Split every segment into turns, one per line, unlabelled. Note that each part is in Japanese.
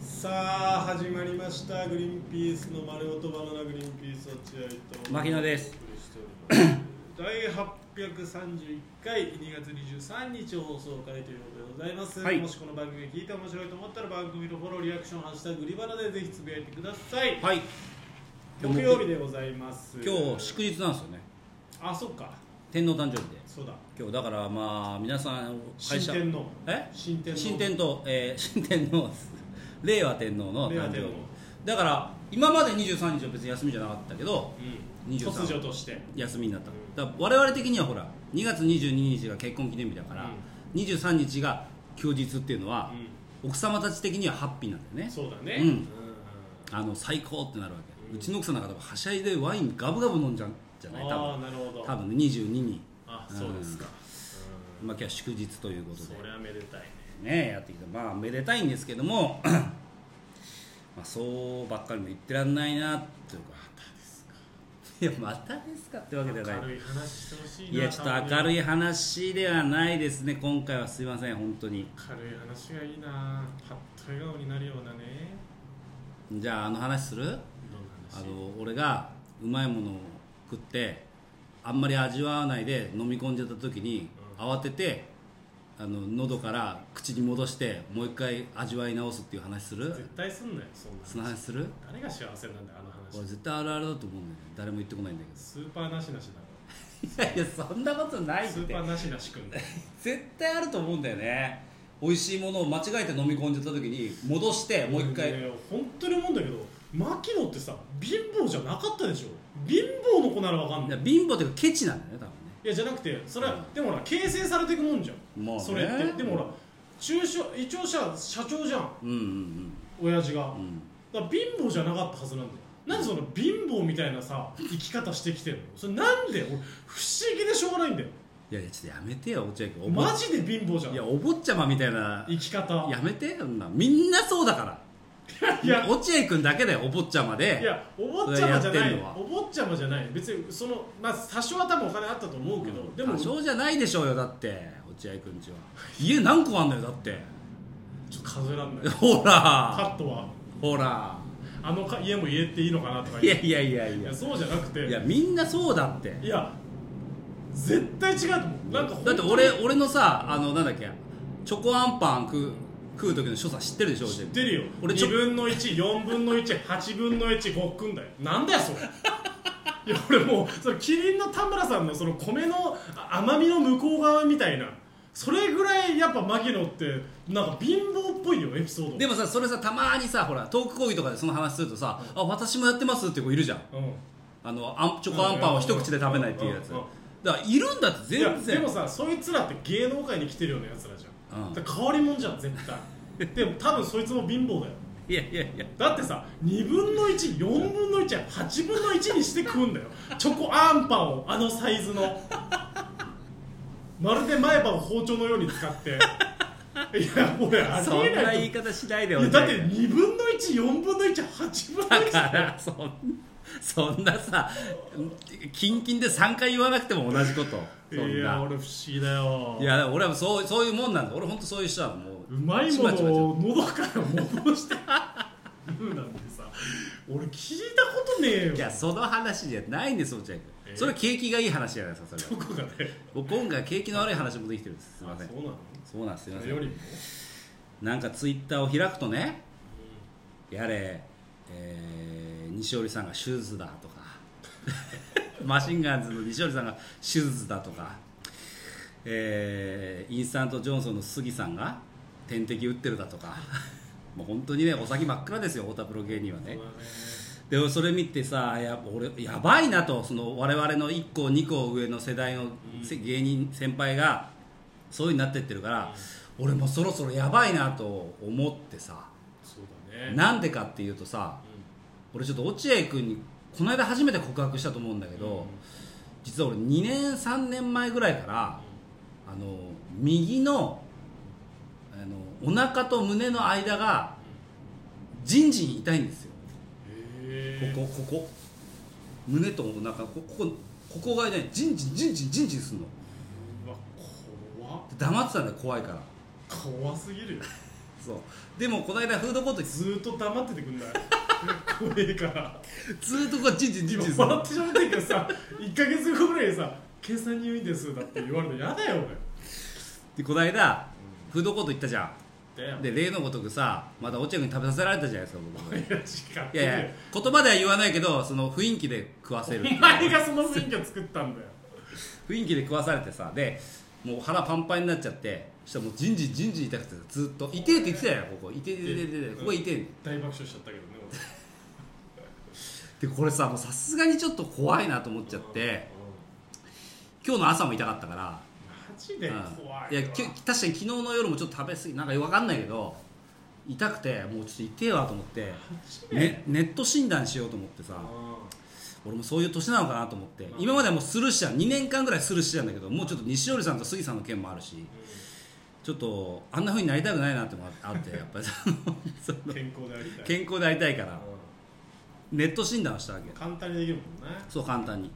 さあ始まりましたグリーンピースの丸ごとバナナグリーンピース落合と
牧野です
お送りしております第831回2月23日放送回ということでございます、
はい
もしこの番組が聞いて面白いと思ったら番組のフォローリアクション「ハッシュタググリバナ」でぜひつぶやいてください、
はい
木曜日でございます
今日祝日なんですよね
あそっか
天皇誕生日で
そうだ
今日だからまあ皆さん
新天皇
え
新天皇
新天皇えー新天皇です令和天皇の
令和
誕生
天
日
皇
だから今まで23日は別に休みじゃなかったけど
うん、
23
突如として
休みになっただから我々的にはほら2月22日が結婚記念日だから、23日が休日っていうのは、奥様たち的にはハッピーなんだよね
そうだね、
うん
うん
あの最高ってなるわけ、
う
うんちの奥さんなんか多分はしゃいでワインガブガブ飲んじゃうんじゃない多
あ
分
あなるほど
多分ね22に
あそうですか、うん
まあ、今日は祝日ということで
そりゃめでたいね
ねやってきたまあめでたいんですけども まあそうばっかりも言ってらんないなっていうか いやまたですかってわけじゃない
明るい話してほしいない
いやちょっと明る
い
い話ではないですね今回はすいません本当に
明るい話がいいなパッと笑顔になるようなね
じゃああの話する
どんな
あ
話
の俺がうまいものを食ってあんまり味わわないで飲み込んじゃった時に
う
慌ててあの喉から口に戻してもう一回味わい直すっていう話する
絶対すんなよそんな話
その話する
誰が幸せなんだよあの
俺
話
絶対あるあるだと思うんだよね誰も言ってこないんだ
スーパーなしなしだ
けど いやいやそんなことな
ろ
いっ
スー
て
パーなしな しくんだよ
絶対あると思うんだよね美味しいものを間違えて飲み込んじゃった時に戻してもう一回、
俺ね本当に思うんだけど牧野ってさ貧乏じゃなかったでしょ貧乏の子ならわかん
い
な
や
い
貧乏っていうかケチなんだよね多分ね
いやじゃなくてそれは、でもほら形成されていくもんじゃん、
まあね
それってでもほら中小一応社社長じゃん
うんうん
親父が
うんうん
だから貧乏じゃなかったはずなんだよなんでその貧乏みたいなさ生き方してきてるのそれなんで俺不思議でしょうがないんだよ
いやいやちょっとやめてよ落合君おぼ
マジで貧乏じゃん
いやお坊ちゃまみたいな
生き方い
やめてよそんなみんなそうだから
やい
いや
や
落合君だけだよお坊ちゃまで
いやお坊ちゃまじゃ
それ
な
やって
い
んのは
お坊ちゃまじゃない別にそのまあ多少は多分お金あったと思うけど、でも
多
ちょっ
少じゃないでしょうよだって落合君ちは家何個あんのよだって
と数えらんない
ほ
カ
ら
ットは
ほら
あのか家も家っていいのかなとか
い
言
や
って
いやいやい
い
や
やそうじゃなくて
いやみんなそうだって
いや絶対違うと思うなんか本当
だっ
に
て俺俺のさあのなんだっけチョコアンパン食う食う時の所作知ってるでしょ
知
落
っ
合
て
君
るよ
俺ちょ
2分の14分の18分の1ごっくんだよなんだよ それいや俺もうそのキリンの田村さんのその米のあ甘みの向こう側みたいなそれぐらいやっぱ牧野ってなんか貧乏っぽいよエピソード
でもさそれさたまにさほらトーク講義とかでその話するとさ、あ私もやってますって子いるじゃん
うん
あのあんチョコアンパンを一口で食べないっていうやつ
うんうんうん
だからいるんだって
いや
全然
でもさそいつらって芸能界に来てるようなやつらじゃん、
うん
だから変わり者じゃん絶 対でも多分そいつも貧乏だよ
いやいやいや
だってさ2分の14分の18分の1にして食うんだよチョコアンパンをあのサイズのまるで前歯を包丁のように使っていや俺あり
そ
え
んな
ない
言い
い
方しないで
や
よ
だって2分の14分の18分の
だ
1
からそんそんなさキンキンで3回言わなくても同じことそ
い
ん
や
な
俺不思議だよ
いや俺はそうそういうもんなんだ俺本当そういう人はもう
うまい
ち
も
まちまち
のを喉から戻して言うなんてさ俺聞いたことねえよ
いやその話じゃないんです落合君
え
それは景気がいい話じゃないですかそれ
ど
は
こがね
僕今回景気の悪い話もできてるんですすいません
そうなの
そうなんですすいま
そ
せ
れよ
ん
りも
なんかツイッターを開くとねやれ、えー、西織さんが手術だとか マシンガンズの西織さんが手術だとか、えーインスタントジョンソンの杉さんが点滴打ってるだとか もう本当にねお先真っ暗ですよ太田プロ芸人はね
そうだね
でそれ見てさや俺やばいなとその我々の1個2個上の世代のせ芸人先輩がそういう風になってってるから俺もそろそろやばいなと思ってさ
そうだね
なんでかっていうとさ俺ちょっと落合君にこの間初めて告白したと思うんだけど、実は俺2年3年前ぐらいからあの右のあのお腹と胸の間がじんじん痛いんですよ
へ
ここここ胸とお腹こここここがねじんじんじんじんじんじんするの
うわ怖っ
黙ってたんだよ怖いから
怖すぎるよ
そうでもこの間フードコートにず
ずーっと黙っててくんない怖え から
ずーっとこうチンチンチン
今
チンする
笑ってしまってるけどさ1か月後ぐらいにさ「計算入院です」だって言われるのやだよ
でこの間フードコート行ったじゃ
俺だよ
んで例のごとくさまた落合君に食べさせられたじゃないですか僕
いや違
いやいや
う
言葉では言わないけどその雰囲気で食わせる
お前がその選挙作ったんだよ
雰囲気で食わされてさでもう腹パンパンになっちゃってそしたらもうじんじんじんじん痛くてさずっと「痛え」って言ってたよここ「痛え痛え痛え痛えここ痛えね
大爆笑しちゃったけどね
でこれさもうさすがにちょっと怖いなと思っ
俺
ちゃって今日の朝も痛かったから
マジで怖い
うんいやき確かに昨日の夜もちょっと食べ過ぎなんか分かんないけど痛くてもうちょっと痛えわと思って、ね、ネット診断しようと思ってさ俺もそういう年なのかなと思って今まではもうスルーしてた2年間ぐらいスルーしてたんだけどもうちょっと西織さんと杉さんの件もあるしちょっとあんなふうになりたくないなってもあってやっ ぱりそのその
健康でありたい
健康でありたいから
う
ネット診断をしたわけ
ん簡単にできるもんね
そう簡単に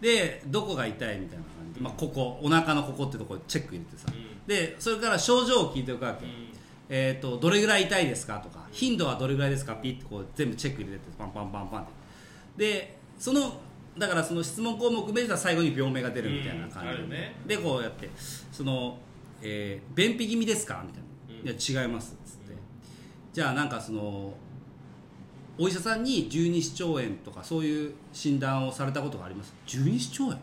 でどこが痛いみたいな感じで、まあ、ここお腹のここってとこチェック入れてさ
うん
でそれから症状を聞いておくわけ、えー、とどれぐらい痛いですかとか頻度はどれぐらいですかピッてこう全部チェック入れてパンパンパンパンってでそのだからその質問項目めでたら最後に病名が出るみたいな感
うんあ
じ、
るね
でこうやってその、えー便秘気味ですか?」みた
うん
いな「いや違います」っつって、
うん
じゃあなんかそのお医者さんに十二指腸炎とかそういう診断をされたことがあります十二指腸炎
こ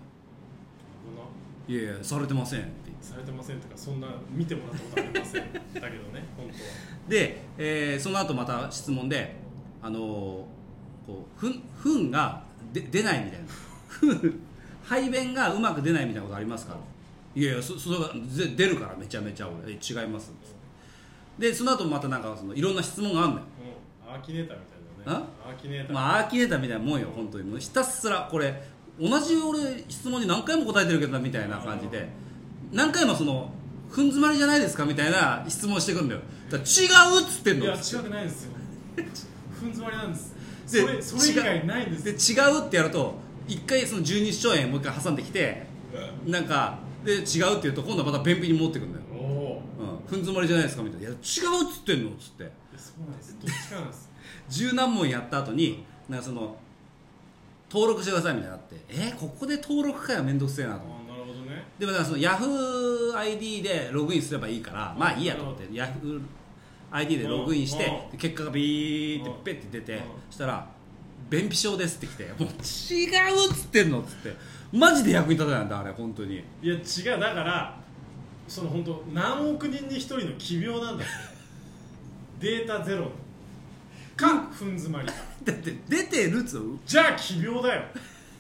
の
いやいやされてませんって言って
されてませんとかそんな見てもらったことありませんだけど ね本
で、えーその後また質問で、あのーこうふん糞がで出ないみたいな 糞排便がうまく出ないみたいなことありますかいやいやそそれがぜ出るからめちゃめちゃ俺え違いますでその後またなんかそのいろんな質問があんのよ、
当はもうアーキネーターみたいだねアーキネーター
まあ、アーキネーターみたいなもんよ本当にもうひたすらこれ同じ俺質問に何回も答えてるけどなみたいな感じで何回もその糞詰まりじゃないですかみたいな質問してくるんだよだから違うっつってん
い
の
や違くないです よふん詰まりなんですそ
で
れそれ以外ないんです
で違うってやると一回その十二指腸炎もう一回挟んできてなんかで違うって言うと今度はまた便秘に持ってくんだよ、
おお
うん、踏ん詰まりじゃないですかみたいないや違うっつってんのっつって
ーそうなんですどっちかなんです
十何問やった後になんかその登録してくださいみたいになってえーここで登録かよめんどくせえ
あ
なと思って
ーなるほどね
でもだからその YahooID でログインすればいいからまあいいやと思って YahooID でログインして
うん
で結果がビーって
うん
ペッて出
うん
てそしたら「便秘症です」ってきて「もう違う」っつってんのっつってマジで役に立たないんだあれ本当に
いや違うだからその本当何億人に一人の奇病なんだよデータゼロかふん詰まりか
だって出てるっつうの
じゃあ奇病だよ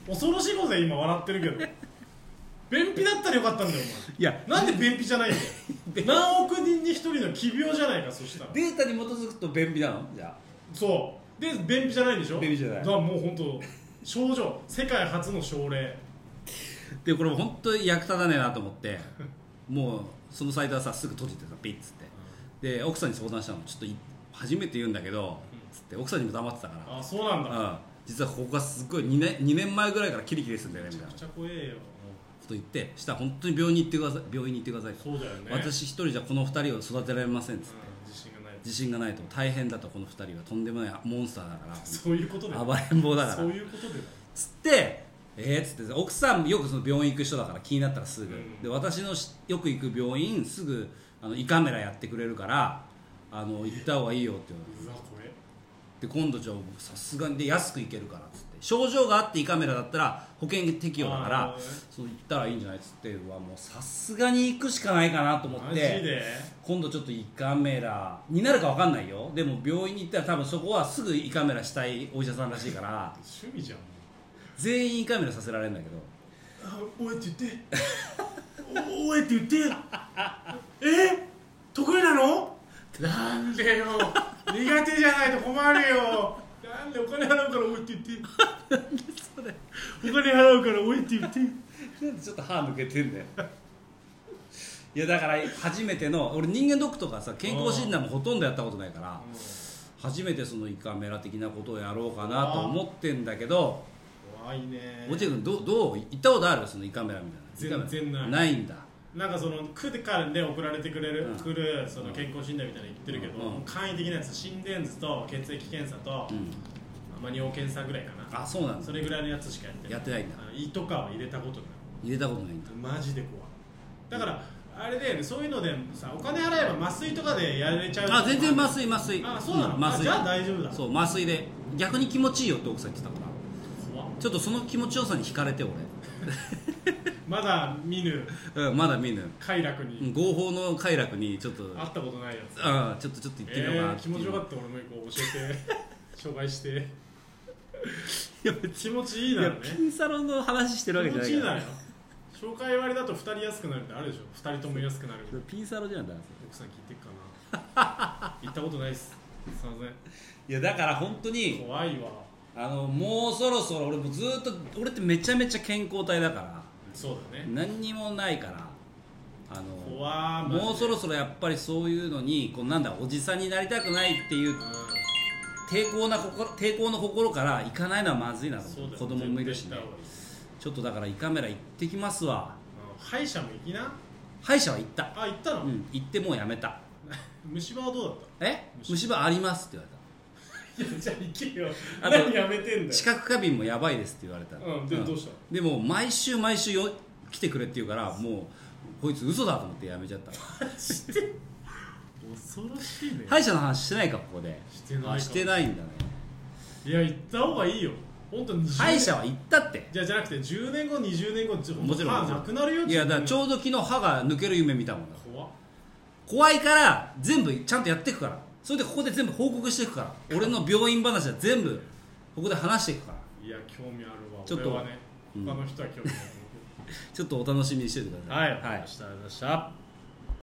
恐ろしいことで今笑ってるけど便秘だったらよかったんだよ
いや
お前なんで便秘じゃ ないんだよ何億人に一人の奇病じゃないかそしたら
データに基づくと便秘なのじゃ
そうで便秘じゃないでしょ
便秘じゃない
だからもう本当症状世界初の症例
あでこれ本当に役立たねえなと思ってもうそのサイトはさすぐ閉じてさピッつってで奥さんに相談したのちょっとい初めて言うんだけどつって奥さんにも黙ってたから
あそうなんだめ
うん、実はここがすっごい2年 ,2 年前ぐらいからキリキリするんだよねみたいな
ち
こ
ゃくちゃ怖えよ
と言ってしたら本当に病院に行ってください病院に行ってください、
そうだよね
私一人じゃこの2人を育てられませんっつって
うん自信がない
自信がないと大変だとこの2人はとんでもないモンスターだか
そういうことで
ら暴れん坊だか
そ
ら
ういうことで
つってえー、つって奥さんよくその病院行く人だから気になったらすぐ、
うん
で私のしよく行く病院すぐあの胃カメラやってくれるからあの行った方がいいよって言われて
うわ怖え
で今度じゃあ僕さすがにで安く行けるからっつって症状があって胃カメラだったら保険適用だか
あ
ら
ー
そう行ったらいいんじゃないっつってうわもうさすがに行くしかないかなと思っ
マジ
て
で
今度ちょっと胃カメラになるか分かんないよでも病院に行ったら多分そこはすぐ胃カメラしたいお医者さんらしい から
趣味じゃん
全員胃カメラさせられるんだけど
あおえって言っておおえって言ってえ得意なのなんでよ苦手じゃないと困るよなんでお金払うからおえって言って
それ
お金払うからおえって言って
なんでちょっと歯抜けてんだよ いやだから初めての俺人間ドックとかさ健康診断もほとんどやったことないから初めてその胃カメラ的なことをやろうかなと思ってんだけど
怖いね
落合君どうどう行ったことあるその胃カメラみたいな
全然ない
ないんだ
なんかその区からで送られてくれる、
うん
来るその健康診断みたいなの言ってるけど、
うん
もう簡易的なやつ心電図と血液検査と、
うん、
まあ、尿検査ぐらいかな
あそうなんだ
それぐらいのやつしかやってない
やってないんだ
あの胃とかは入れたことない
入れたことないんだ
マジで怖いだからあれだよねそういうのでさお金払えば麻酔とかでやれちゃう
あ全然麻酔麻酔
あそうなの
ん麻酔
あじゃあ大丈夫だ
そう麻酔で逆に気持ちいいよって奥さん言ってたから
怖っ
ちょっとその気持ちよさに惹かれて
まだ見ぬ
俺、うん、まだ見ぬ
快楽
う
に
ん合法の快楽にちょっと
会ったことないやつ
あちょっとちょっと行ってみようかな
えー気持ちよかった俺もこう教えて 紹介して
たいや
気
別
持ちいい
に
だ
い
ろね
やピンサロンの話して
気
るわけじ
持
ゃな
ちいい
いか
だ
ら
よ紹介割だと2人安くなるってあるでしょ2人とも安くなる
ピンサロンじゃんだ
奥さん聞いてっかな行ったことないっすすいま
いやだから本当
せん
に
怖いわ
あのもうそろそろ俺もずっと俺ってめちゃめちゃ健康体だから
そうだね
何にもないからあの
怖い
もうそろそろやっぱりそういうのにこうなんだおじさんになりたくないっていう抵抗な心抵抗の心から行かないのはまずいなと思って子供もいるしねちょっとだから胃カメラ行ってきますわ
歯医者も行きな
歯医者は行った
あ行ったの、
うん行ってもうやめた
虫歯はどうだっ
え
虫
虫歯ありますって言われ
たいやじゃあ行けよ
あと
何やめてんだ
た
よ
知覚過敏もやばいですって言われた
うんでどうした
でも毎週毎週よ来てくれって言うからもうこいつ嘘だと思ってやめちゃった
恐ろしいね、
歯医者の話してないかここで
してないかも
あしてないんだね
い、や行った方がいいよ本当に20
歯医者は行ったって
じゃあじゃなくて10年後20年後ちょ
もちろん
歯なくなるよ
いやだからち
ょ
ょうど昨日歯が抜ける夢見たもんだ
怖っ
怖いから全部ちゃんとやっていくからそれでここで全部報告していくから俺の病院話は全部ここで話していくから
いや興味あるわ
ちょっと
俺はね、
うん
他の人は興味ない
ちょっとお楽しみにしててくださ
は
い
い、ありがとうございました